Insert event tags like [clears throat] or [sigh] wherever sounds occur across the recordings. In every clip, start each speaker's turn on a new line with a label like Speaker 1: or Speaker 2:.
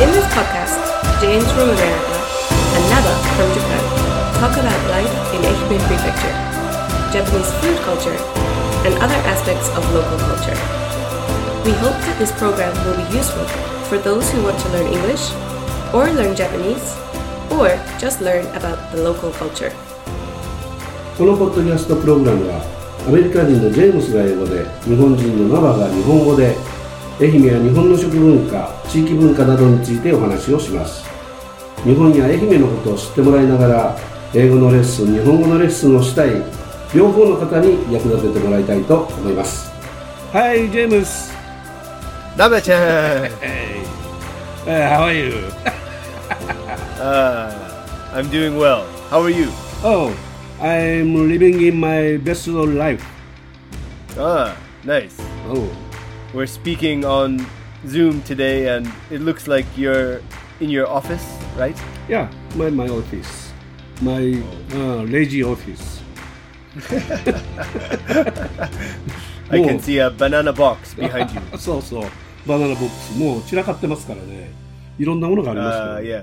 Speaker 1: In this podcast, James from America, another from Japan, talk about life in Ehime Prefecture, Japanese food culture, and other aspects of local culture. We hope that this program will be useful for those who want to learn English, or learn Japanese, or just learn about the local culture.
Speaker 2: このポッドキャストプログラムはアメリカ人のジェームスが英語で日本人のナバが日本語で愛媛や日本の食文化地域文化などについてお話をします日本や愛媛のことを知ってもらいながら英語のレッスン日本語のレッスンをしたい両方の方に役立ててもらいたいと思いますはい James、
Speaker 3: Nabe chan.
Speaker 2: How are you?
Speaker 3: Uh, [laughs] I'm doing well. How are you?
Speaker 2: Oh, I'm living in my best of life
Speaker 3: Ah, nice.
Speaker 2: Oh,
Speaker 3: We're speaking on Zoom today, and it looks like you're in your office, right?
Speaker 2: yeah, my, my office My、lazy office
Speaker 3: I can
Speaker 2: Whoa.
Speaker 3: see a banana box behind
Speaker 2: [laughs]
Speaker 3: you.
Speaker 2: そうそう、バナナボックス、もう散らかってますからね、いろんなものがありますけど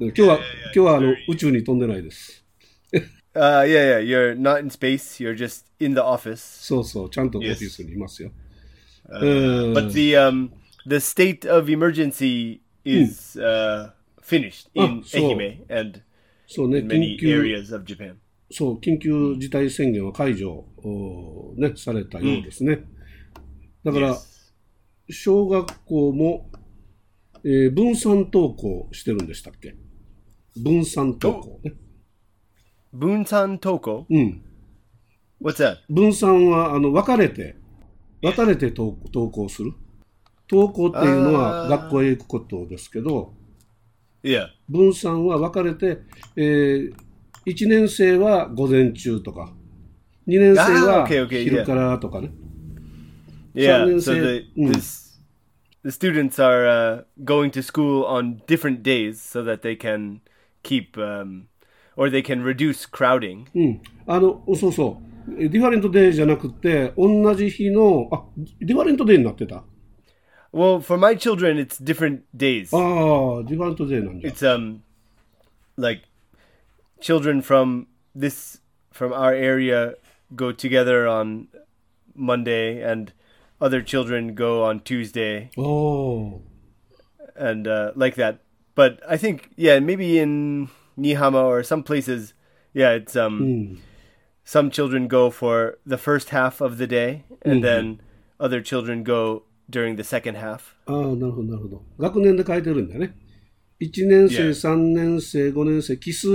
Speaker 3: Uh,
Speaker 2: ね、今
Speaker 3: yeah.
Speaker 2: 日は、今日はあの宇宙に飛んでないです。
Speaker 3: Uh, yeah, yeah. You're not in space. You're just in the office.
Speaker 2: そうそう、ちゃんとオフ
Speaker 3: Yes.
Speaker 2: ィスにいますよ。うん
Speaker 3: But the um, the state of emergency is uh, finished
Speaker 2: Hmm.
Speaker 3: in
Speaker 2: Ah, so-
Speaker 3: Ehime and
Speaker 2: そうね、
Speaker 3: in many
Speaker 2: 緊急、
Speaker 3: areas of Japan.
Speaker 2: そう、緊急事態宣言は解除、おーね、されたようですね。だから、
Speaker 3: Yes.
Speaker 2: 小学校も、えー分散登校してるんでしたっけ分散登校ね。
Speaker 3: Bunsan Toko.
Speaker 2: うん。
Speaker 3: What's that?
Speaker 2: 分散はあの分かれて分かれて登登校する登校っていうのは
Speaker 3: あー
Speaker 2: 学校へ行くことですけど
Speaker 3: Yeah.
Speaker 2: 分散は分かれて、え1年生は午前中とか2年生
Speaker 3: あー
Speaker 2: は
Speaker 3: okay, okay,
Speaker 2: 昼からとかね
Speaker 3: Yeah,
Speaker 2: Something
Speaker 3: so
Speaker 2: say-
Speaker 3: the
Speaker 2: mm.
Speaker 3: this, the students are uh, going to school on different days so that they can keep um, or they can reduce crowding.
Speaker 2: うんあのそうそうディファレントデーじゃなくて同じ日のあディファレントデーになってたあ
Speaker 3: Well, for my children, it's different days.
Speaker 2: あーディファレントデーなんじゃ
Speaker 3: It's um like children from this from our area go together on Monday and other children go on Tuesday
Speaker 2: あー
Speaker 3: and uh, like that. But I think yeah, maybe in Nihama or some places, yeah, it's um
Speaker 2: うん、
Speaker 3: some children go for the first half of the day and then other children go during the second half.
Speaker 2: ああ、なるほど、なるほど。学年で変えてるんだね。1年生、
Speaker 3: Yeah.
Speaker 2: 3年生、5年生、奇数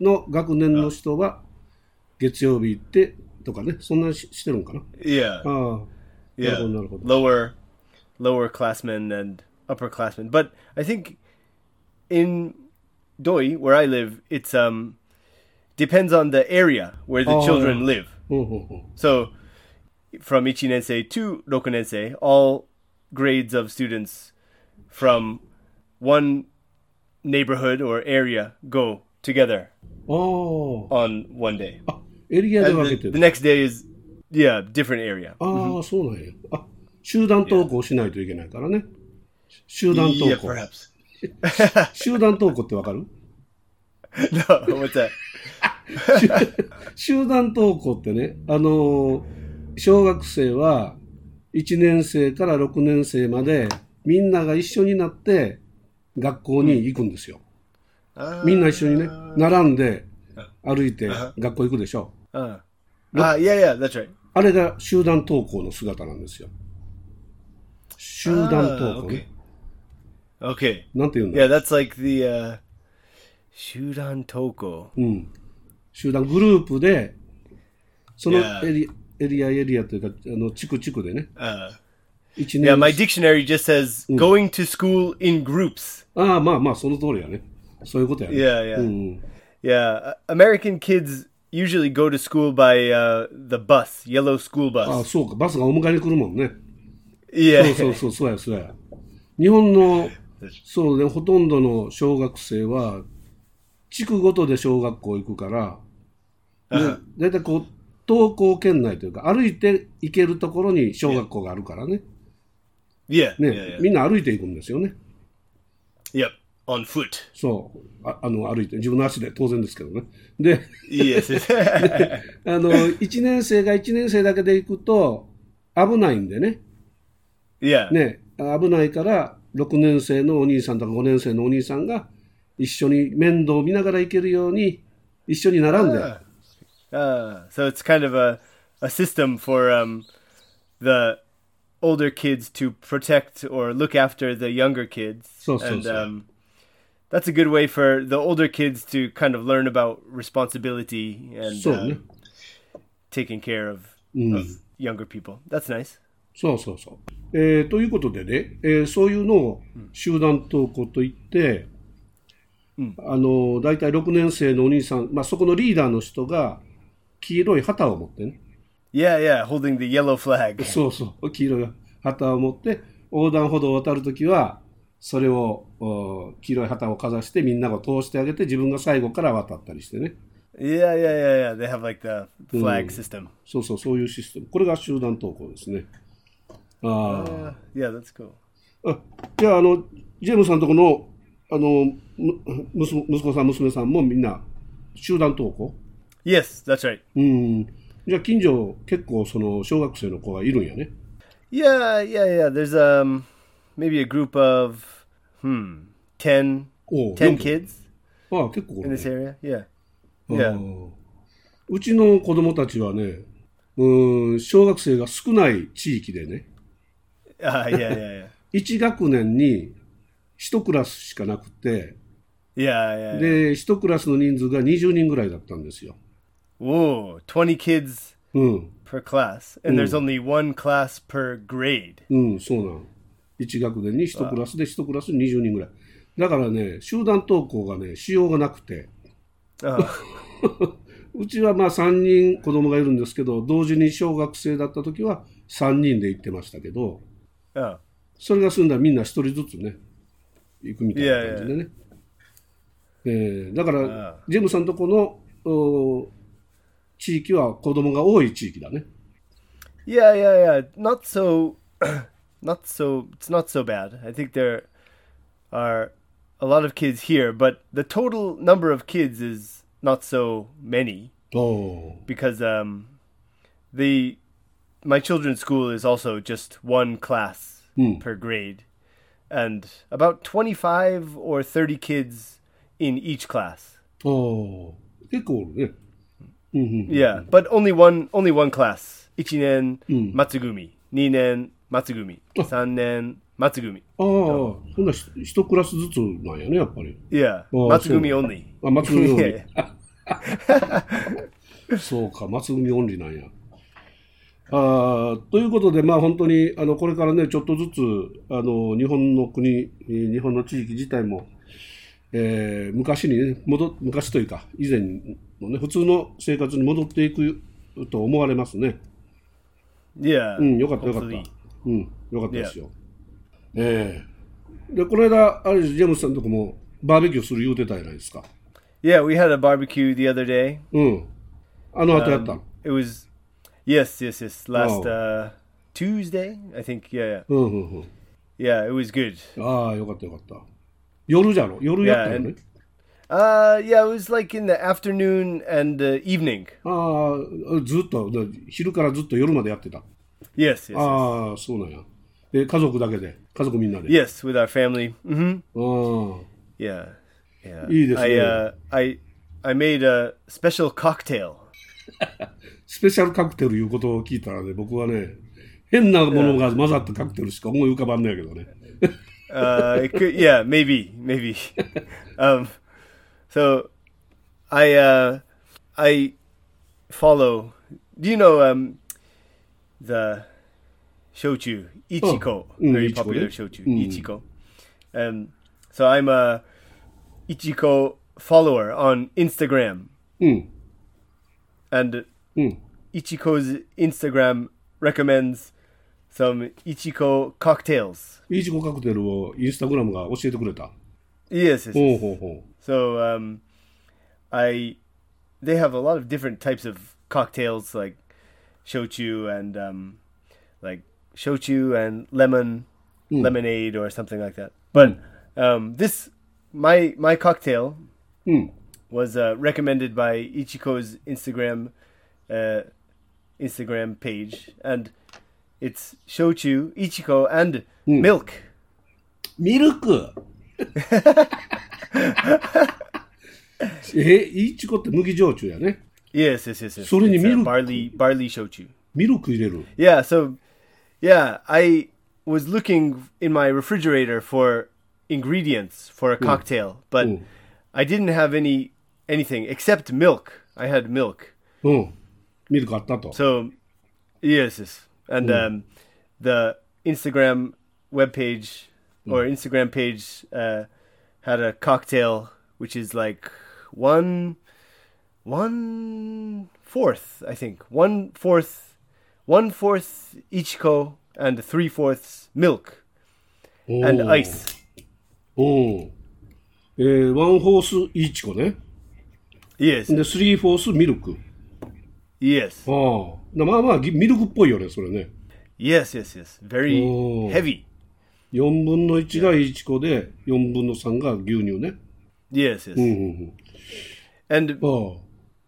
Speaker 2: の学年の人は月曜日行ってとかね、そんなししてるんかな。
Speaker 3: Yeah.
Speaker 2: ああ、
Speaker 3: yeah.
Speaker 2: なるほど、なるほど。
Speaker 3: Lower lower classmen and upperclassmen. But I think in Doi, where I live, it's um depends on the area where the
Speaker 2: Oh,
Speaker 3: children
Speaker 2: yeah.
Speaker 3: live.
Speaker 2: ほうほうほう
Speaker 3: So from Ichinense to Rokunense, all grades of students from one neighborhood or area go together
Speaker 2: あ
Speaker 3: on one day.
Speaker 2: あ、あエリアで
Speaker 3: And
Speaker 2: 分
Speaker 3: the,
Speaker 2: けて
Speaker 3: the
Speaker 2: る。
Speaker 3: next day is, yeah, different area.
Speaker 2: ああ、そうなんや。あ集団登校しないといけないからね。集団登
Speaker 3: Yeah,
Speaker 2: 校。
Speaker 3: perhaps. [laughs]
Speaker 2: 集団登校ってわかる
Speaker 3: no, what's that?
Speaker 2: 集団登校ってね、あのー小学生は1年生から6年生までみんなが一緒になって学校に行くんですよ。
Speaker 3: Ah,
Speaker 2: みんな一緒にね、並んで歩いて
Speaker 3: あ
Speaker 2: 学校行くでしょ。
Speaker 3: ah. Ah, yeah, yeah, that's right.
Speaker 2: あれが集団登校の姿なんですよ。集団
Speaker 3: Ah,
Speaker 2: 登校
Speaker 3: okay.
Speaker 2: ね。
Speaker 3: Okay.
Speaker 2: なんて言うんだ
Speaker 3: Yeah, that's like the uh, Shudan Toko.
Speaker 2: うん。集団グループで、その
Speaker 3: Yeah.
Speaker 2: エリエリアエリアというか、あの、地区地区でね、
Speaker 3: Uh,
Speaker 2: 1
Speaker 3: Yeah,
Speaker 2: 年
Speaker 3: my dictionary just says going to school in groups.
Speaker 2: ああ、まあまあ、その通りやね。そういうことやね。
Speaker 3: Yeah, yeah.
Speaker 2: うん、
Speaker 3: Yeah, uh, American kids usually go to school by uh, the bus, yellow school
Speaker 2: ああ、
Speaker 3: bus.
Speaker 2: そうか。バスがお迎えに来るもんね。そう
Speaker 3: [laughs] yeah,
Speaker 2: そうそう、そうや、そうや。日本の、そうね、ほとんどの小学生は、地区ごとで小学校行くから、ね、だいたいこう、登校圏内というか、歩いて行けるところに小学校があるからね。
Speaker 3: [laughs] yeah, yeah,
Speaker 2: ね、
Speaker 3: yeah.
Speaker 2: みんな歩いて行くんですよね。
Speaker 3: Yep, on foot.
Speaker 2: そうああの歩いて自分の足で当然ですけどねで
Speaker 3: Yes. [laughs] yes.
Speaker 2: あの1年生が1年生だけで行くと危ないんでね
Speaker 3: yeah.
Speaker 2: ね危ないから6年生のお兄さんとか5年生のお兄さんが一緒に面倒を見ながら行けるように一緒に並んで
Speaker 3: Uh, so it's kind of a, a system for um, the older kids to protect or look after the younger kids.
Speaker 2: So, so,
Speaker 3: and
Speaker 2: so.
Speaker 3: Um, that's a good way for the older kids to kind of learn about responsibility and
Speaker 2: そう
Speaker 3: uh,
Speaker 2: ね
Speaker 3: taking care of,
Speaker 2: Mm.
Speaker 3: of younger people. That's nice.
Speaker 2: そうそうそう。えーということでね、えーそういうのを集団登校といって、あの大体6年生のお兄さん、まあ、そこのリーダーの人が黄色い旗を持ってね、
Speaker 3: Yeah, yeah, holding the yellow flag.
Speaker 2: そうそう、黄色い旗を持って、横断歩道を渡るときは、それをお黄色い旗をかざしてみんなが通してあげて自分が最後から渡ったりしてね
Speaker 3: [laughs] Yeah, yeah, yeah, yeah. They have like the
Speaker 2: Mm.
Speaker 3: flag system.
Speaker 2: そうそうそういうシステムこれが集団登校ですねああ
Speaker 3: Uh, yeah, that's cool.
Speaker 2: あじゃあ、あの、ジェームスさんとこの、あの、む息子息子さん、娘さんもみんな、集団登校
Speaker 3: Yes, that's right.
Speaker 2: うん。じゃあ、近所、結構、その、小学生の子がいるんやね。
Speaker 3: Yeah, yeah, yeah. There's um maybe a group of hmm 10,
Speaker 2: Oh,
Speaker 3: 10
Speaker 2: yeah.
Speaker 3: kids
Speaker 2: ああ、結構お
Speaker 3: in
Speaker 2: るね
Speaker 3: this area. Yeah.
Speaker 2: あ
Speaker 3: Yeah. [laughs]
Speaker 2: あうちの子供たちはね、うん、小学生が少ない地域でね、
Speaker 3: Ah, yeah, yeah, yeah.
Speaker 2: 1学年に1クラスしかなくて、
Speaker 3: Yeah, yeah. yeah.
Speaker 2: で、1クラスの人数が20人ぐらいだったんですよ。
Speaker 3: Whoa, 20 kids
Speaker 2: うん。
Speaker 3: per class and there's only one class per grade.
Speaker 2: うん、そうなの。1学年に1クラスで1クラス20人ぐらい。だからね、集団登校がね、しようがなくて、
Speaker 3: Oh,
Speaker 2: うちはまあ3人子供がいるんですけど、同時に小学生だった時は3人で行ってましたけど、
Speaker 3: oh.
Speaker 2: それが済んだらみんな1人ずつね、行くみたいな感じでね。えーだから、
Speaker 3: あ
Speaker 2: ジェームさんとこのお地域は子供が多い地域だね。
Speaker 3: Yeah, yeah, yeah. Not so [clears throat] not so it's not so bad. I think there are a lot of kids here, but the total number of kids is not so many.
Speaker 2: おー
Speaker 3: because um, the my children's school is also just one class per grade, and about twenty five or thirty kids in each class.
Speaker 2: おー結構おるね。うんうん
Speaker 3: Yeah, but only one only one class. Ichinen Matsugumi, Ninen Matsugumi, Sannen Matsugumi.
Speaker 2: ああ、そんなひ一クラスずつなんやね、やっぱり。
Speaker 3: Yeah,
Speaker 2: Oh,
Speaker 3: Matsugumi
Speaker 2: so-
Speaker 3: only.
Speaker 2: あ、松組オンリ
Speaker 3: Yeah,
Speaker 2: ー。そうか、松組オンリーなんや。ああということで、まあ本当にあのこれからね、ちょっとずつあの日本の国、えー日本の地域自体も、えー昔にね戻っ、昔というか、以前のね、普通の生活に戻っていくと思われますね。
Speaker 3: [laughs] yeah.
Speaker 2: うん、よかったよかった
Speaker 3: hopefully.。
Speaker 2: うん、よかったですよ。ええで、この間、あれですジェームスさんのとこもバーベキューする言うてたじゃないですか。
Speaker 3: Yeah, we had a barbecue the other day.
Speaker 2: うん。あの後やったの。
Speaker 3: It was yes, yes, yes. Last
Speaker 2: Oh.
Speaker 3: uh, Tuesday, I think. Yeah, yeah.
Speaker 2: うんうんうん。
Speaker 3: Yeah, it was good.
Speaker 2: ああ、よかったよかった。夜じゃろ夜やったのね。
Speaker 3: Uh, yeah, it was like in the afternoon and uh, evening.
Speaker 2: ああ、ずっと、だ昼からずっと夜までやってた。
Speaker 3: Yes, yes, yes.
Speaker 2: ああ、そうなんや。え、家族だけで、家族みんなで。
Speaker 3: yes, with our family. hmm
Speaker 2: ああ、
Speaker 3: Yeah, yeah.
Speaker 2: You just
Speaker 3: I
Speaker 2: know.
Speaker 3: uh, I I made a special cocktail.
Speaker 2: スペシャルカクテルいうことを聞いたらね、僕はね、変なものが混ざったカクテルしか思い浮かばんのやけどね。
Speaker 3: Uh, it could, yeah, maybe,
Speaker 2: [laughs]
Speaker 3: maybe. um, so I uh, I follow. Do you know um, the shochu ichiko?
Speaker 2: mm,
Speaker 3: very
Speaker 2: Ichiko,
Speaker 3: popular
Speaker 2: yeah. Mm.
Speaker 3: shochu ichiko. Um, so I'm a ichiko follower on Instagram,
Speaker 2: うん、
Speaker 3: and
Speaker 2: うん。
Speaker 3: ichiko's Instagram recommends some ichiko cocktails.
Speaker 2: イージコカクテルをインスタグラムが教えてくれた。
Speaker 3: Yes, yes, yes.
Speaker 2: ほうほうほ
Speaker 3: So um, I they have a lot of different types of cocktails like shochu and um, like shochu and lemon lemonade or something like that. But Um, this my my cocktail
Speaker 2: うん。
Speaker 3: was uh, recommended by Ichiko's Instagram uh, Instagram page, and it's shochu, Ichiko, and milk.
Speaker 2: ミルク [laughs] え、いちごって麦焼酎やね。
Speaker 3: Yes, yes, yes. yes.
Speaker 2: それに
Speaker 3: It's, uh,
Speaker 2: ミルク。
Speaker 3: barley barley shochu.
Speaker 2: ミルク入れる。
Speaker 3: Yeah, so yeah, I was looking in my refrigerator for ingredients for a cocktail, but
Speaker 2: Mm.
Speaker 3: I didn't have any anything except milk. I had milk.
Speaker 2: うん。ミルクあったと。
Speaker 3: So yes, yes. And um, the Instagram webpage or Instagram page uh, had a cocktail which is like one one fourth, I think. One fourth one fourth Ichiko and three fourths milk
Speaker 2: おー
Speaker 3: and ice.
Speaker 2: うん。えー、ワンホースイチコね。
Speaker 3: Yes.
Speaker 2: で、スリーフォースミルク。
Speaker 3: Yes.
Speaker 2: ああ。なまあまあ、ぎミルクっぽいよね、それね。
Speaker 3: Yes, yes, yes. Very
Speaker 2: Oh.
Speaker 3: heavy.
Speaker 2: 4分の1がイチコで、4分の3が牛乳ね。
Speaker 3: Yes, yes.
Speaker 2: うんうん
Speaker 3: And
Speaker 2: うん。ああ。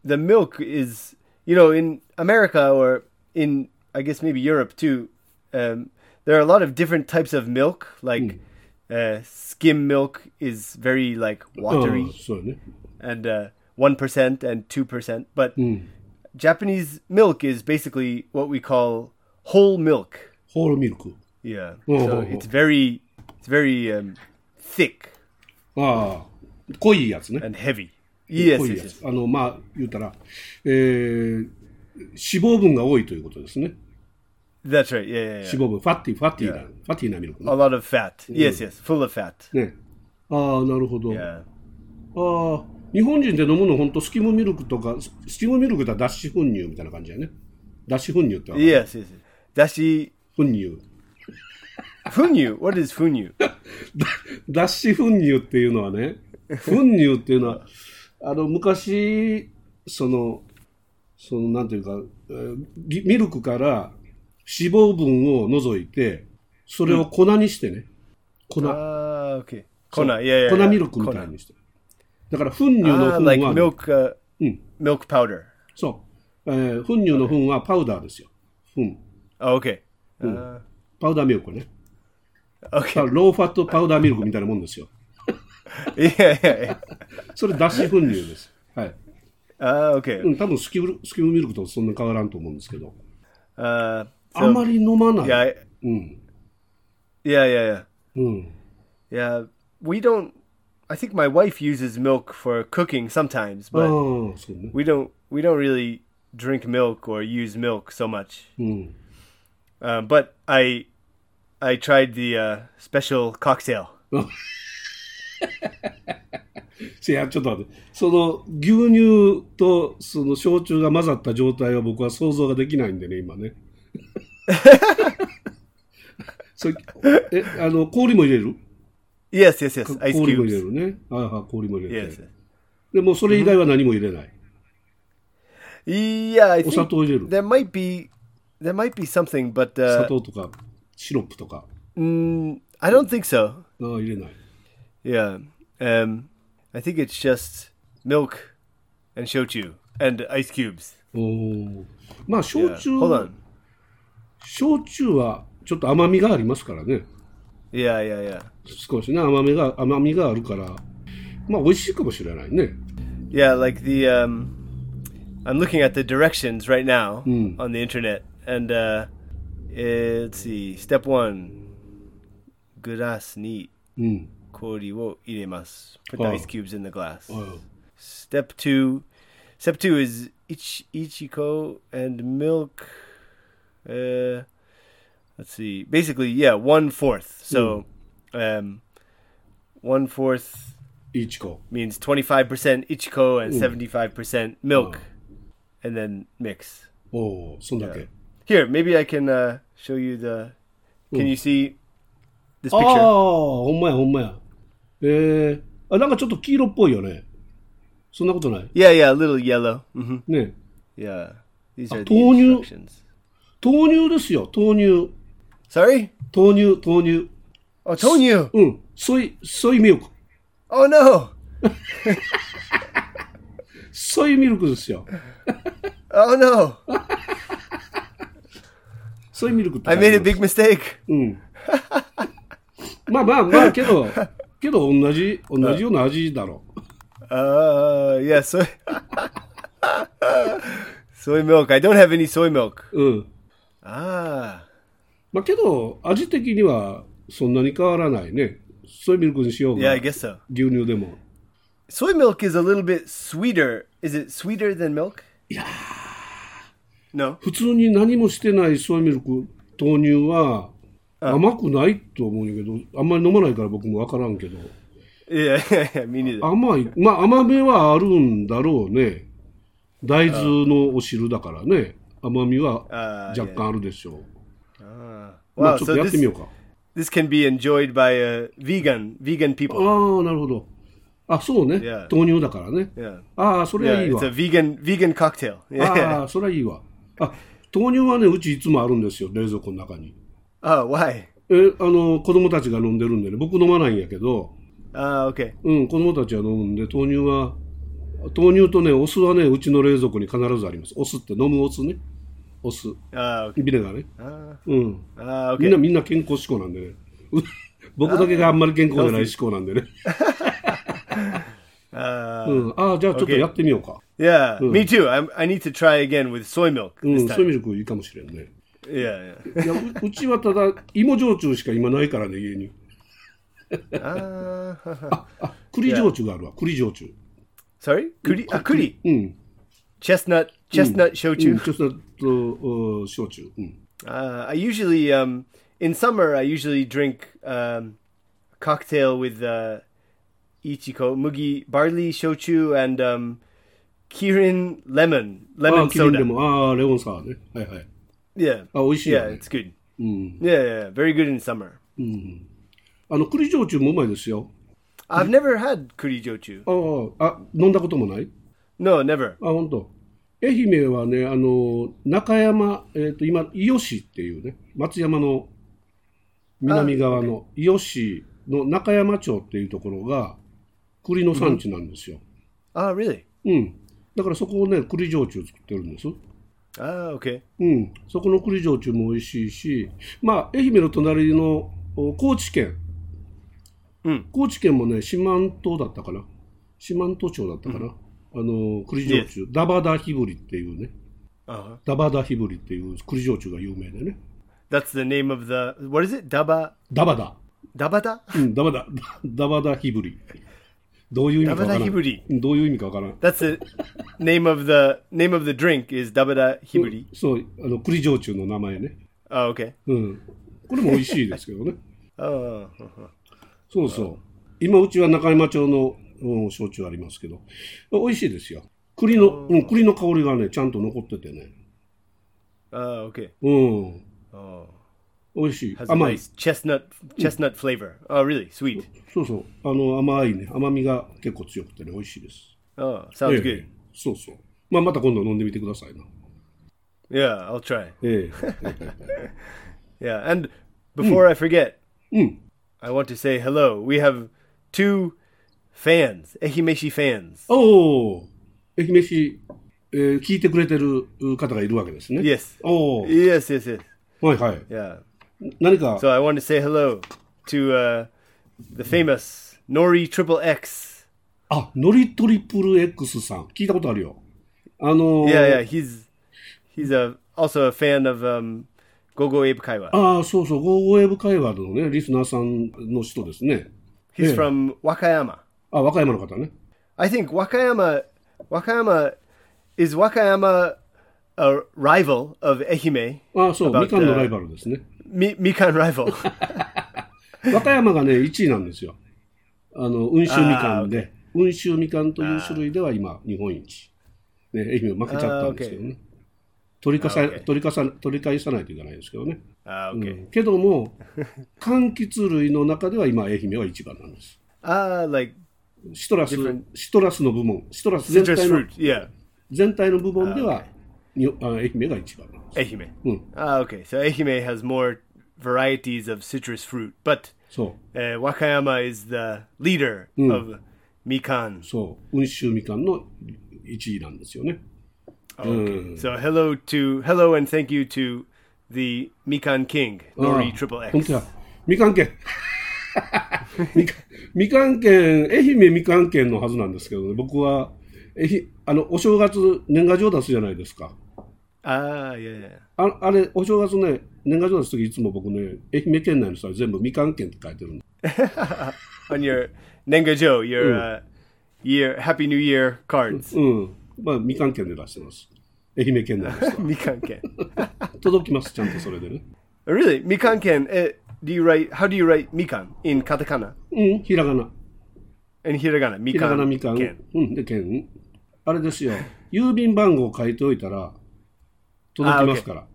Speaker 3: the milk is you know in America or in I guess maybe Europe too. Um, there are a lot of different types of milk. Like uh, skim milk is very like
Speaker 2: あ
Speaker 3: watery
Speaker 2: あそうやね。
Speaker 3: and uh, one percent and two percent, but Japanese milk is basically what we call whole milk.
Speaker 2: ホールミルク。
Speaker 3: Yeah,
Speaker 2: Oh.
Speaker 3: so it's very it's very um, thick
Speaker 2: ああ。濃いやつね。
Speaker 3: and heavy. Yes,
Speaker 2: 濃
Speaker 3: yes,
Speaker 2: いや
Speaker 3: Oh, yes.
Speaker 2: つ。あの、まあ、言うたら、えー、脂肪分が多いということですね。
Speaker 3: that's right. Yeah, yeah,
Speaker 2: 脂
Speaker 3: yeah.
Speaker 2: 肪分、ファッティ、ファッティな、ファッティなミルクね
Speaker 3: A。lot of fat. Yes, yes, full of fat.
Speaker 2: ね。ああ、なるほど。
Speaker 3: Mm. Yeah.
Speaker 2: ああ、日本人で飲むの本当スキムミルクとか、ススキムミルクだ脱脂粉乳みたいな感じやね。脱脂粉乳ってわかる
Speaker 3: Yes, yes. yes. Dashi
Speaker 2: 粉乳。
Speaker 3: funyu. What is funyu?
Speaker 2: 脱脂粉乳っていうのはね、粉乳っていうのは、あの、昔、その、その、なんていうか、えーぎミルクから脂肪分を除いて、それを粉にしてね。粉。
Speaker 3: Ah, okay. Kona. Yeah, yeah.
Speaker 2: 粉
Speaker 3: yeah.
Speaker 2: ミルクみた
Speaker 3: Kona.
Speaker 2: いにして。だから、粉乳の
Speaker 3: Ah,
Speaker 2: 粉
Speaker 3: like
Speaker 2: は、
Speaker 3: milk. Uh,
Speaker 2: Mm.
Speaker 3: Milk powder.
Speaker 2: そう、えー粉乳の粉はパウダーですよ。粉。
Speaker 3: Oh, okay. [laughs] Uh,
Speaker 2: パウダーミルクね。
Speaker 3: okay.
Speaker 2: パローファットパウダーミルクみたいなもんですよ。
Speaker 3: yeah, yeah. yeah.
Speaker 2: それ脱脂粉乳です。はい。
Speaker 3: Ah, okay.
Speaker 2: うん、多分スキムスキムミルクとそんな変わらんと思うんですけど。
Speaker 3: Uh,
Speaker 2: あんま
Speaker 3: so,
Speaker 2: り飲まない。
Speaker 3: yeah, I-
Speaker 2: うん。
Speaker 3: yeah, yeah, yeah,
Speaker 2: うん。
Speaker 3: yeah. We don't. I think my wife uses milk for cooking sometimes,
Speaker 2: ああ
Speaker 3: but、
Speaker 2: そうね。
Speaker 3: we don't. We don't really drink milk or use milk so much.
Speaker 2: うん。
Speaker 3: Uh, but I, I tried the uh, special cocktail.
Speaker 2: せや、ちょっと待って。その、牛乳と、その、焼酎が混ざった状態は僕は想像ができないんでね、今 [laughs] ね。それえ、あの、氷も入れる
Speaker 3: Yes, yes, yes. Ice
Speaker 2: 氷も入れ
Speaker 3: cubes.
Speaker 2: るね。ああ、氷も入れ
Speaker 3: Yes.
Speaker 2: て。でも、それ以外は何も入れない。
Speaker 3: Yeah, I
Speaker 2: お砂
Speaker 3: think
Speaker 2: 糖入れる。
Speaker 3: there might be there might be something, but
Speaker 2: 砂
Speaker 3: uh,
Speaker 2: 糖とか、シロップとか。
Speaker 3: mm, I don't think so.
Speaker 2: ああ、入れない。
Speaker 3: Yeah. Um, I think it's just milk and shochu and ice cubes.
Speaker 2: おお。まあ、
Speaker 3: Yeah.
Speaker 2: 焼酎、
Speaker 3: Hold on.
Speaker 2: 焼酎はちょっと甘みがありますからね。
Speaker 3: Yeah, yeah, yeah.
Speaker 2: 少しね、甘みが、甘みがあるから、まあ、美味しいかもしれないね。
Speaker 3: Yeah, like the um, I'm looking at the directions right now on the internet, and uh, eh, let's see. Step one, glass ni
Speaker 2: うん。
Speaker 3: kori wo iremasu. Put the
Speaker 2: Oh.
Speaker 3: ice cubes in the glass.
Speaker 2: ああ
Speaker 3: Step two, step two is ich, ichiko and milk. Uh, let's see. Basically, yeah, one fourth. So, um, one fourth
Speaker 2: いいチコ。
Speaker 3: means twenty five percent ichiko and seventy five percent milk,
Speaker 2: Wow.
Speaker 3: and then mix.
Speaker 2: おお、そんだけ。
Speaker 3: Here, maybe I can uh, show you the. Can you see this
Speaker 2: あ
Speaker 3: picture?
Speaker 2: あ、ほんまや、ほんまや。えー、あ、なんかちょっと黄色っぽいよね。そんなことない。
Speaker 3: Yeah, yeah, a little yellow. hmm
Speaker 2: ね。
Speaker 3: Yeah, these
Speaker 2: Ah,
Speaker 3: are the
Speaker 2: told you-
Speaker 3: instructions.
Speaker 2: 豆乳ですよ、豆乳。
Speaker 3: Sorry.
Speaker 2: 豆乳、豆乳。
Speaker 3: Oh, Tonyu!
Speaker 2: うん、ソイ、ソイミルク。
Speaker 3: Oh no!
Speaker 2: ソイミルクですよ。
Speaker 3: Oh no!
Speaker 2: ソイミルクって
Speaker 3: I
Speaker 2: 書い
Speaker 3: made
Speaker 2: て
Speaker 3: a
Speaker 2: ます
Speaker 3: big mistake.
Speaker 2: うん。まあまあまあ、けど、けど同じ、同じような味だろう。
Speaker 3: Uh, yeah, soy. [laughs] soy milk. I don't have any soy milk.
Speaker 2: うん。
Speaker 3: Ah.
Speaker 2: まあけど、味的にはそんなに変わらないね。ソイミルクにしよう
Speaker 3: Yeah,
Speaker 2: が、
Speaker 3: I
Speaker 2: 牛
Speaker 3: guess so.
Speaker 2: 乳でも。
Speaker 3: Soy milk is a little bit sweeter. Is it sweeter than milk?
Speaker 2: Yeah.
Speaker 3: No. [laughs]
Speaker 2: 普通に何もしてないソイミルク、豆乳は甘くないと思うんやけど、あんまり飲まないから僕もわからんけど。
Speaker 3: Yeah, yeah, yeah, me neither.
Speaker 2: 甘い、まあ甘めはあるんだろうね。大豆のお汁だからね。甘みは
Speaker 3: あー
Speaker 2: 若干あるでしょう。ま
Speaker 3: Uh, Wow,
Speaker 2: あちょっと
Speaker 3: so
Speaker 2: やってみよ
Speaker 3: this,
Speaker 2: うか。
Speaker 3: this can be enjoyed by uh, vegan
Speaker 2: あ
Speaker 3: vegan
Speaker 2: あ
Speaker 3: people.
Speaker 2: ー、なるほど。あ、そうね。
Speaker 3: Yeah.
Speaker 2: 豆乳だからね。
Speaker 3: Yeah.
Speaker 2: ああ、それ
Speaker 3: Yeah,
Speaker 2: はいいわ
Speaker 3: it's。a [laughs] vegan vegan cocktail.
Speaker 2: あ
Speaker 3: [laughs] Yeah.
Speaker 2: あ、それはいいわ。あ、豆乳はね、うちいつもあるんですよ、冷蔵庫の中に。
Speaker 3: Oh, why?
Speaker 2: え、あの、子供たちが飲んでるんでね、僕飲まないんやけど、
Speaker 3: Ah, okay.
Speaker 2: うん、子供たちは飲むんで、豆乳は、豆乳とね、お酢はね、うちの冷蔵庫に必ずあります。お酢って飲むお酢ね。お酢。
Speaker 3: Ah, okay.
Speaker 2: ビネガーね。
Speaker 3: Ah,
Speaker 2: うん。
Speaker 3: ah,
Speaker 2: みん
Speaker 3: okay.
Speaker 2: なみんな健康志向なんでね。
Speaker 3: [laughs]
Speaker 2: う僕だけがあんまり健康じゃない志向なんでね。
Speaker 3: Ah,
Speaker 2: うん。ああ、じゃあちょっとやってみようか。
Speaker 3: yeah. Me too. I'm, I need to try again with soy milk
Speaker 2: うん、
Speaker 3: this
Speaker 2: そういう
Speaker 3: time.
Speaker 2: ミルクいいかもしれんね。
Speaker 3: Yeah.
Speaker 2: いや、ううちはただ、芋焼酎しか今ないからね、家に。
Speaker 3: yeah. Ah, [laughs]
Speaker 2: あ、栗焼酎があるわ、栗焼酎。
Speaker 3: sorry. Kuri, ah, kuri.
Speaker 2: うん。
Speaker 3: Chestnut, chestnut
Speaker 2: う
Speaker 3: shochu.
Speaker 2: ん、ちょっと、うん焼酎。うん。
Speaker 3: Uh, I usually um, in summer I usually drink um, cocktail with uh, ichiko mugi barley shochu and um, kirin lemon
Speaker 2: あ
Speaker 3: lemon
Speaker 2: あ、キリン
Speaker 3: soda.
Speaker 2: でも、ああ、レモンサワーね。はいはい。
Speaker 3: Yeah.
Speaker 2: あ、美味しい
Speaker 3: yeah,
Speaker 2: よね
Speaker 3: it's。good.
Speaker 2: うん。
Speaker 3: Yeah, yeah, yeah, very good in summer.
Speaker 2: あの、栗焼酎もうまいですよ。
Speaker 3: I've never had kuri jochu.
Speaker 2: ああ、あ、飲んだこともない
Speaker 3: No, never.
Speaker 2: あ、本当。愛媛はね、あの、中山、えっ、と、今、伊予市っていうね、松山の南側の伊予市の中山町っていうところが、栗の産地なんですよ。
Speaker 3: Ah, really?
Speaker 2: うん。だからそこをね、栗焼酎作ってるんです。
Speaker 3: Ah, okay.
Speaker 2: うん。そこの栗焼酎も美味しいし、まあ、愛媛の隣のお高知県。
Speaker 3: うん
Speaker 2: 高知県もね、四万十だったかな。四万十町だったかな。あの、栗焼酎、ダバダヒブリっていうね、
Speaker 3: Uh-huh.
Speaker 2: ダバダヒブリっていう栗焼酎が有名でね。
Speaker 3: That's the name of the what is it? Daba
Speaker 2: ダバダ。
Speaker 3: dabata?
Speaker 2: うん、ダバ [laughs] ダ。ダバダヒブリ。どういう意味かわからん。
Speaker 3: ダバダヒブリ
Speaker 2: うんどういう意味かわからん。
Speaker 3: That's the name of the name of the drink is dabada
Speaker 2: [laughs]
Speaker 3: hiburi.
Speaker 2: そう、あの、栗焼酎の名前ね。
Speaker 3: Oh, okay.
Speaker 2: うん。これも美味しいですけどね。
Speaker 3: Oh, uh-huh.
Speaker 2: そうそう。今うちは中山町の、うん焼酎ありますけど、美味しいですよ。栗の、うん、栗の香りがね、ちゃんと残っててね。
Speaker 3: Oh, okay.
Speaker 2: うん。
Speaker 3: Oh,
Speaker 2: 美味しい。
Speaker 3: has a
Speaker 2: 甘い。
Speaker 3: nice chestnut chestnut flavor. Oh, really sweet.
Speaker 2: そうそう。あの、甘いね。甘みが結構強くてね、美味しいです。
Speaker 3: Oh, sounds
Speaker 2: え
Speaker 3: good.
Speaker 2: えそうそう。まあ、また今度飲んでみてくださいな。
Speaker 3: Yeah, I'll try.
Speaker 2: [laughs] え
Speaker 3: Yeah, and before I forget,
Speaker 2: え。うん。
Speaker 3: I want to say hello. We have two fans, Ehimeshi
Speaker 2: Oh.
Speaker 3: fans.
Speaker 2: おお。愛媛市、えー聞いてくれてる方がいるわけですね。
Speaker 3: Yes.
Speaker 2: おお。
Speaker 3: Yes, yes, yes.
Speaker 2: はいはい。
Speaker 3: Yeah.
Speaker 2: 何か、
Speaker 3: So I want to say hello to uh, the famous Nori Triple X.
Speaker 2: あ、ノリトリプル X さん。聞いたことあるよ。あのー
Speaker 3: Yeah, yeah. He's he's a also a fan of um, Gogo Abe Kaiwa.
Speaker 2: ああ、そうそう、ゴーゴーウェブ会話のね、リスナーさんの人ですね。
Speaker 3: He's
Speaker 2: yeah.
Speaker 3: from Wakayama.
Speaker 2: あ、和歌山の方ね。
Speaker 3: I think Wakayama, Wakayama, is Wakayama a rival of Ehime?
Speaker 2: ああ、そう、
Speaker 3: About,
Speaker 2: みかんのライバルですね。
Speaker 3: Mi- Mikan rival.
Speaker 2: 和歌山がね、1位なんですよ。あの、温州みかんで、温州みかんという種類では今、日本一。ね、愛媛負けちゃったんですけどね。取り返さ、取り返さ、取り返さないといけないですけど
Speaker 3: [laughs]
Speaker 2: ね。
Speaker 3: ah,
Speaker 2: う
Speaker 3: okay.
Speaker 2: ん、けども、柑橘類の中では今、愛媛は一番なんです。
Speaker 3: Ah, like
Speaker 2: シトラス
Speaker 3: Different.、
Speaker 2: シトラスの部門、シトラス全
Speaker 3: citrus
Speaker 2: 体の
Speaker 3: fruit. Yeah,
Speaker 2: 全体の部門では、にあ愛媛が一番なんです。
Speaker 3: Ehime.
Speaker 2: Hmm.
Speaker 3: Ah, okay. So Ehime has more varieties of citrus fruit, but
Speaker 2: そ
Speaker 3: Uh, Wakayama is the leader
Speaker 2: Mm.
Speaker 3: of Mikan.
Speaker 2: う、そう、温州みかんの一位なんですよね。
Speaker 3: Oh, Okay. So hello to hello and thank you to the Mikan King
Speaker 2: あ
Speaker 3: Nori
Speaker 2: あ
Speaker 3: Triple
Speaker 2: 本当
Speaker 3: X.
Speaker 2: だ。みかん県。 [laughs] みかみかん県、愛媛みかん県のはずなんですけどね、僕は、えひあの、お正月、年賀状出すじゃないですか。
Speaker 3: Ah, yeah, yeah.
Speaker 2: ああれ、お正月ね、年賀状出すとき、いつも僕ね、愛媛県内の人は全部みかん県って書いてるの。
Speaker 3: On your Nengajo, your uh, year Happy New Year [laughs] cards.
Speaker 2: うん。まあ、みかん県で出してます。愛媛県内の人は。
Speaker 3: Mikan Ken.
Speaker 2: 届きます、ちゃんとそれでね。
Speaker 3: Oh, really? Mikan Ken. Uh, do you write how do you write Mikan in katakana
Speaker 2: うん、ひらがな。
Speaker 3: and hiragana? Mikan.
Speaker 2: ひらがなみかん。
Speaker 3: Ken.
Speaker 2: うん、で、県。あれですよ、郵便番号書いておいたら、届きますから。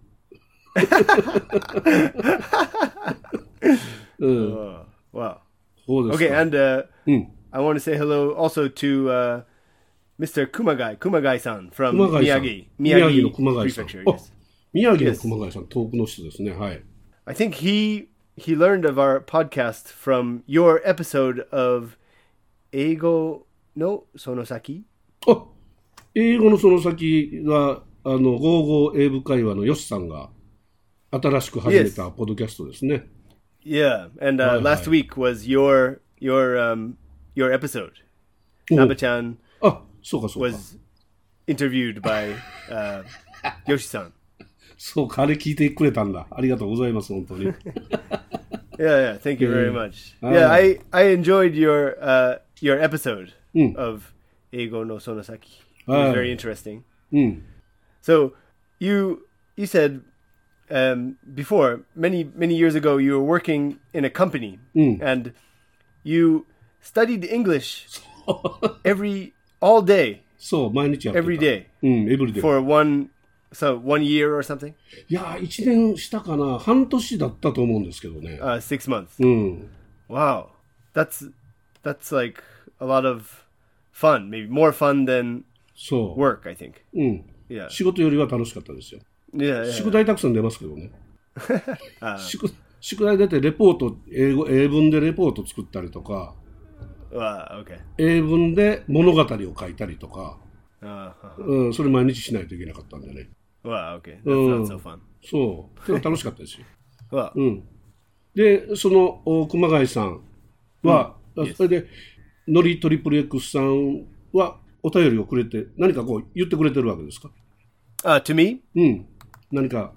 Speaker 3: Oh, wow.
Speaker 2: そうです
Speaker 3: Okay,
Speaker 2: か。
Speaker 3: and uh,
Speaker 2: うん。
Speaker 3: I want to say hello also to uh, Mr. Kumagai, Kumagai-san from
Speaker 2: 熊谷さん。
Speaker 3: Miyagi, Oh.
Speaker 2: 宮
Speaker 3: Miyagi
Speaker 2: 城の熊谷さん。
Speaker 3: Prefecture.
Speaker 2: あ
Speaker 3: Yes.
Speaker 2: 宮城の熊谷さん、遠くの人ですね。はい。
Speaker 3: I think he he learned of our podcast from your episode of Eigo no Sonosaki.
Speaker 2: あ英語のその先が、あの、ゴーゴー英語会話のヨシさんが、新しく始めたポッドキャストですね。
Speaker 3: Yeah, and uh,
Speaker 2: Right,
Speaker 3: last
Speaker 2: right.
Speaker 3: week was your your um, your episode.
Speaker 2: お
Speaker 3: Nabachan
Speaker 2: あ、そうかそうか。
Speaker 3: was interviewed by uh, Yoshi-san.
Speaker 2: そうか、あれ聞いてくれたんだ。ありがとうございます、本 [laughs] 当に。
Speaker 3: Yeah, yeah. Thank you very much.
Speaker 2: Ah.
Speaker 3: Yeah, I I enjoyed your uh, your episode
Speaker 2: Mm.
Speaker 3: of Eigo no Sonosaki. It
Speaker 2: Ah. Mm.
Speaker 3: was very interesting.
Speaker 2: うん。
Speaker 3: So you you said um, before many many years ago you were working in a company
Speaker 2: Mm.
Speaker 3: and you studied English every all day
Speaker 2: そう、毎日やってた。
Speaker 3: every day
Speaker 2: うん、エブリデイ。
Speaker 3: for one so one year or something
Speaker 2: いやー、1年したかな。半年だったと思うんですけどね。
Speaker 3: uh, six months.
Speaker 2: うん。
Speaker 3: Wow, that's that's like a lot of fun. Maybe more fun than
Speaker 2: そ
Speaker 3: work. I think.
Speaker 2: う。うん。
Speaker 3: Yeah.
Speaker 2: 仕事よりは楽しかったですよ。
Speaker 3: Yeah. yeah.
Speaker 2: 宿題たくさん出ますけどね。宿宿題出てレポート英語英文でレポート作ったりとか
Speaker 3: Wow, okay.
Speaker 2: 英文で物語を書いたりとか、
Speaker 3: Uh, uh,
Speaker 2: うん、それ毎日しないといけなかったんでね
Speaker 3: wow, okay. That's
Speaker 2: Mm.
Speaker 3: not so fun.
Speaker 2: そうそれは楽しかったですよ
Speaker 3: Wow.
Speaker 2: でそのお熊谷さんは、
Speaker 3: Yes.
Speaker 2: それでノリトリプル X さんはお便りをくれて何かこう言ってくれてるわけですか
Speaker 3: Uh, to me,
Speaker 2: うん何か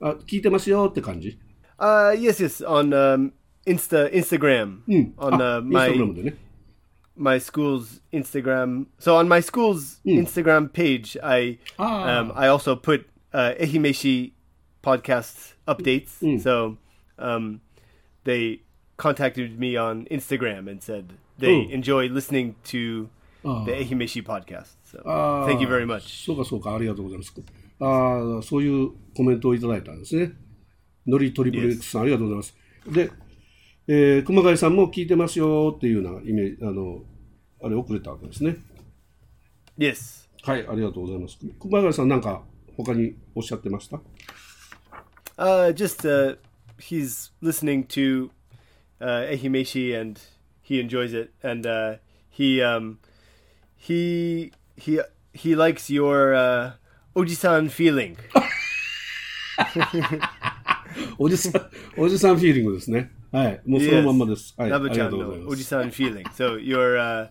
Speaker 2: あ聞いてますよって感じ
Speaker 3: Uh, yes, yes, on um, Insta, Instagram,
Speaker 2: うんあ
Speaker 3: on
Speaker 2: インスタ
Speaker 3: uh,
Speaker 2: グラ
Speaker 3: my
Speaker 2: ムでね
Speaker 3: my school's Instagram. So on my school's Instagram page, I
Speaker 2: Ah.
Speaker 3: um, I also put uh, Ehimeshi podcast updates. So um, they contacted me on Instagram and said they
Speaker 2: Oh.
Speaker 3: enjoy listening to
Speaker 2: Ah.
Speaker 3: the Ehimeshi podcast. So
Speaker 2: あー
Speaker 3: thank you very much.
Speaker 2: そうかそうか、ありがとうございます。ああ、そういうコメントをいただいたんですね。ノリトリプル X さん、ありがとうございます。で、えー熊谷さんも聞いてますよっていうようなイメージ、あの、あれをくれたわけですね。
Speaker 3: Yes.
Speaker 2: はい、ありがとうございます。熊谷さん、なんか他におっしゃってました
Speaker 3: Uh, just uh, he's listening to uh, Ehimeshi and he enjoys it, and uh, he um, he he he likes your uh, Ojisan feeling.
Speaker 2: おじさん、 [laughs] おじさんフィーリングですね。はい、もうそのまんまです。はい、あり
Speaker 3: Nabuchan
Speaker 2: がとうござい
Speaker 3: no
Speaker 2: ます。
Speaker 3: Ojisan feeling. So your uh,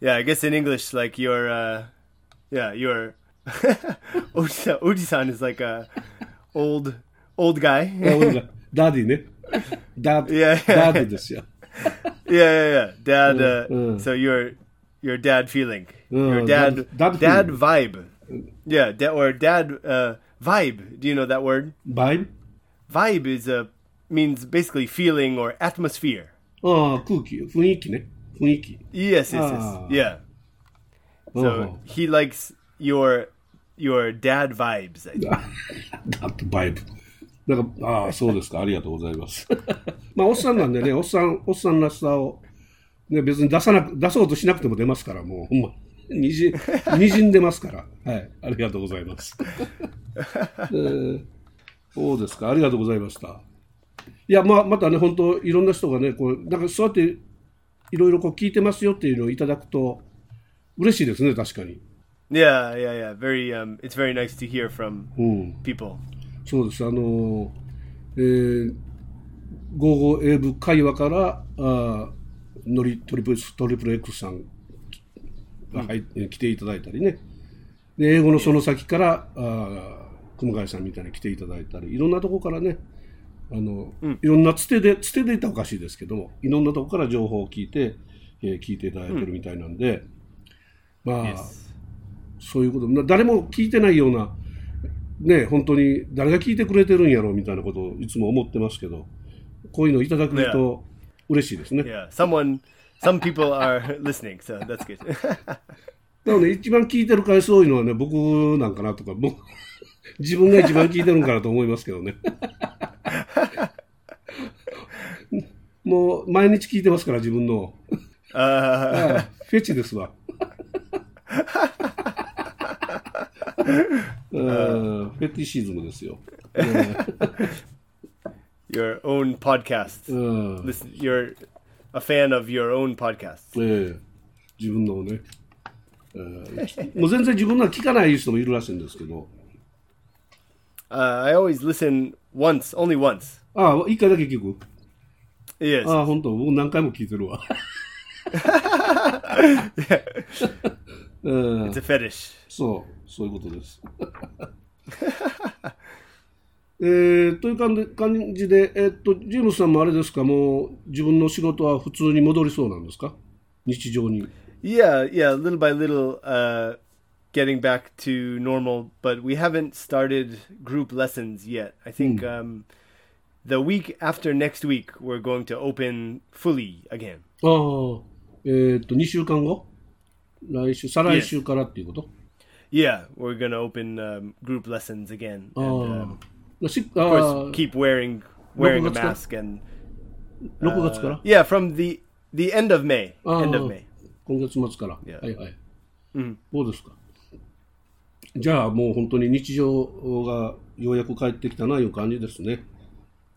Speaker 3: yeah, I guess in English like your uh, yeah your [laughs] Ojisan Ojisan is like a old old guy.
Speaker 2: あ俺がダディ [laughs] ね。ダディ、
Speaker 3: いやいや
Speaker 2: ダディですよ。
Speaker 3: Yeah, yeah, yeah. Dad. Uh,
Speaker 2: Mm, mm.
Speaker 3: So your your dad feeling,
Speaker 2: Mm,
Speaker 3: your dad
Speaker 2: dad-
Speaker 3: dad,
Speaker 2: dad feeling.
Speaker 3: vibe. Yeah, da- or dad uh, vibe. Do you know that word?
Speaker 2: バイブ
Speaker 3: Vibe is a means basically feeling or atmosphere.
Speaker 2: ああ、空気、雰囲気ね。雰囲気。
Speaker 3: Yes, yes,
Speaker 2: Ah.
Speaker 3: yes. Yeah.
Speaker 2: Oh.
Speaker 3: So he likes your your dad vibes. I think.
Speaker 2: だってバイブ。なんか、ああ、そうですか。ありがとうございます。 [laughs] まあ、おっさんなんでね、おっさん、おっさんらしさを、ね、別に出さなく、出そうとしなくても出ますから、もう、ほんま、にじ、 [laughs] にじんでますから。はい。ありがとうございます。えーそうですか。ありがとうございました。いや、まあ、またね、本当、いろんな人がね、こう、なんかそうやって、いろいろこう聞いてますよっていうのをいただくと、嬉しいですね、確かに。
Speaker 3: Yeah, yeah, yeah. Very um it's very nice to hear from
Speaker 2: うん。
Speaker 3: people.
Speaker 2: そうです。あのー、えー、ゴーゴー英文会話から、あーのりトリプル、トリプル X さんが入っ来ていただいたりね。で、英語のその先から、あー熊谷さんみたいに来ていただいたり、いろんなとこからね、あの、いろんなつてで、つてで言ったらおかしいですけども、いろんなとこから情報を聞いて、えー聞いていただいてるみたいなんで、まあ、そういうこと、な誰も聞いてないような、ね、本当に誰が聞いてくれてるんやろうみたいなことをいつも思ってますけど、こういうのいただくと嬉しいですね。
Speaker 3: Yeah. Someone some people are [laughs] listening, so that's good. [laughs]
Speaker 2: なので、一番聞いてる回数多いのはね、僕なんかなとか、僕 [laughs] 自分が一番聞いてるんかなと思いますけどね。もう毎日聞いてますから、自分の。
Speaker 3: uh
Speaker 2: ああフェチですわ。うんフェティシズムですよ。
Speaker 3: your own podcasts.
Speaker 2: うん
Speaker 3: Listen, you're a fan of your own podcasts.
Speaker 2: ええ自分のね、ええもう全然自分のは聞かない人もいるらしいんですけど、
Speaker 3: Uh, I always listen once, only once.
Speaker 2: ああ、一回だけ聞く。
Speaker 3: Yes.
Speaker 2: ああ、本当、僕何回も聞いてるわ。 [laughs] うん
Speaker 3: It's a fetish.
Speaker 2: そう、そういうことです。 [laughs] えーという感じ感じで、えっと、ジェームスさんもあれですか、もう自分の仕事は普通に戻りそうなんですか日常に。
Speaker 3: Yeah, yeah, little by little, uh, getting back to normal. But we haven't started group lessons yet. I think um, the week after next week, we're going to open fully again.
Speaker 2: ああ、えっと、2週間後来週、再来週からっていうこと
Speaker 3: Yeah, we're gonna open um, group lessons again.
Speaker 2: あ
Speaker 3: And,
Speaker 2: あ
Speaker 3: um,
Speaker 2: しあ
Speaker 3: of
Speaker 2: あ
Speaker 3: course, keep wearing wearing a
Speaker 2: Local what's
Speaker 3: mask and
Speaker 2: 6
Speaker 3: uh,
Speaker 2: 月から、
Speaker 3: yeah, from the the end of May,
Speaker 2: ああ
Speaker 3: end of May.
Speaker 2: 今月末から。
Speaker 3: Yeah.
Speaker 2: はいはい。そうですか。じゃあもう本当に日常がようやく帰ってきたないう感じですね。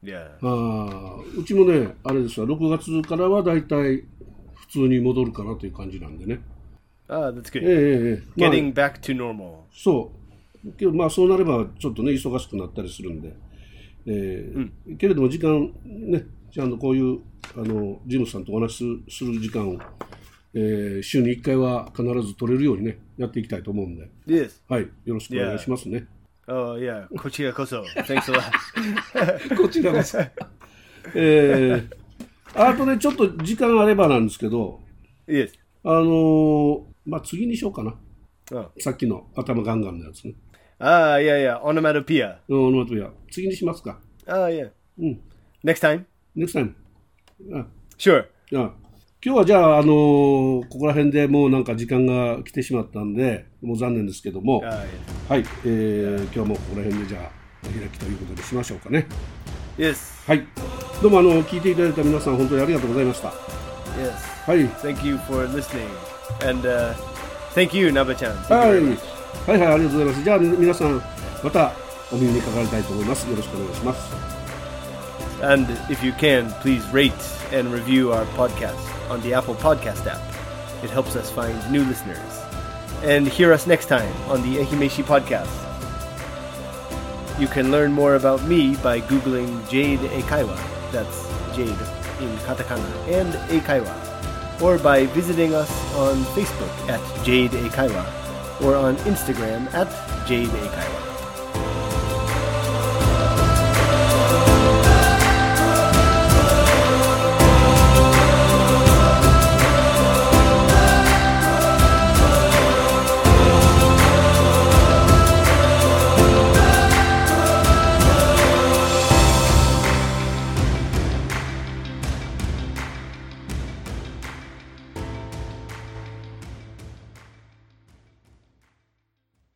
Speaker 3: Yeah,
Speaker 2: ああうちもね、あれですわ、6月からは大体普通に戻るかなという感じなんでね。
Speaker 3: ah, that's
Speaker 2: ええ
Speaker 3: good.
Speaker 2: ええええ、まあ
Speaker 3: Getting back to normal.
Speaker 2: そう。けどまあそうなればちょっとね、忙しくなったりするんで。えーけれども時間、ね、ちゃんとこういう、あの、ジムさんとお話しする時間を、えー週に1回は必ず取れるようにね、やっていきたいと思うんで、
Speaker 3: Yes.
Speaker 2: はい、よろしくお願いしますね。
Speaker 3: Oh [laughs] yeah, Kochiga Koso. Thanks a [laughs] lot.
Speaker 2: こちらこそ。 [laughs] えーあとね、ちょっと時間あればなんですけど、
Speaker 3: Yes.
Speaker 2: あのーまあ、次にしようかな。
Speaker 3: Oh.
Speaker 2: さっきの頭ガンガンのやつね。
Speaker 3: Ah, yeah, yeah. Onomatopoeia.
Speaker 2: うん、オノマトペア次にしますか。
Speaker 3: Ah, yeah.
Speaker 2: うん。
Speaker 3: Next time?
Speaker 2: next time。あ
Speaker 3: Sure.
Speaker 2: じゃあ今日はじゃあ、あのーここら辺でもうなんか時間が来てしまったんで、もう残念ですけども、
Speaker 3: Ah, yeah.
Speaker 2: はい、えー今日もここら辺でじゃあ、お開きということにしましょうかね。
Speaker 3: Yes.
Speaker 2: はい。どうもあの、聞いていただいた皆さん、本当にありがとうございました。
Speaker 3: Yes.
Speaker 2: はい。
Speaker 3: Thank you for listening. And uh, thank you, Naba-chan. Thank
Speaker 2: はい、はい
Speaker 3: you very much.
Speaker 2: はいありがとうございます。じゃあ皆さんまたお耳にかかりたいと思います。よろしくお願いします。
Speaker 3: And if you can, please rate and review our podcast on the Apple Podcast app. It helps us find new listeners. And hear us next time on the Ehimeshi Podcast. You can learn more about me by Googling Jade Eikaiwa. That's Jade in katakana and Eikaiwa. Or by visiting us on Facebook at Jade Eikaiwa or on Instagram at Jade Eikaiwa.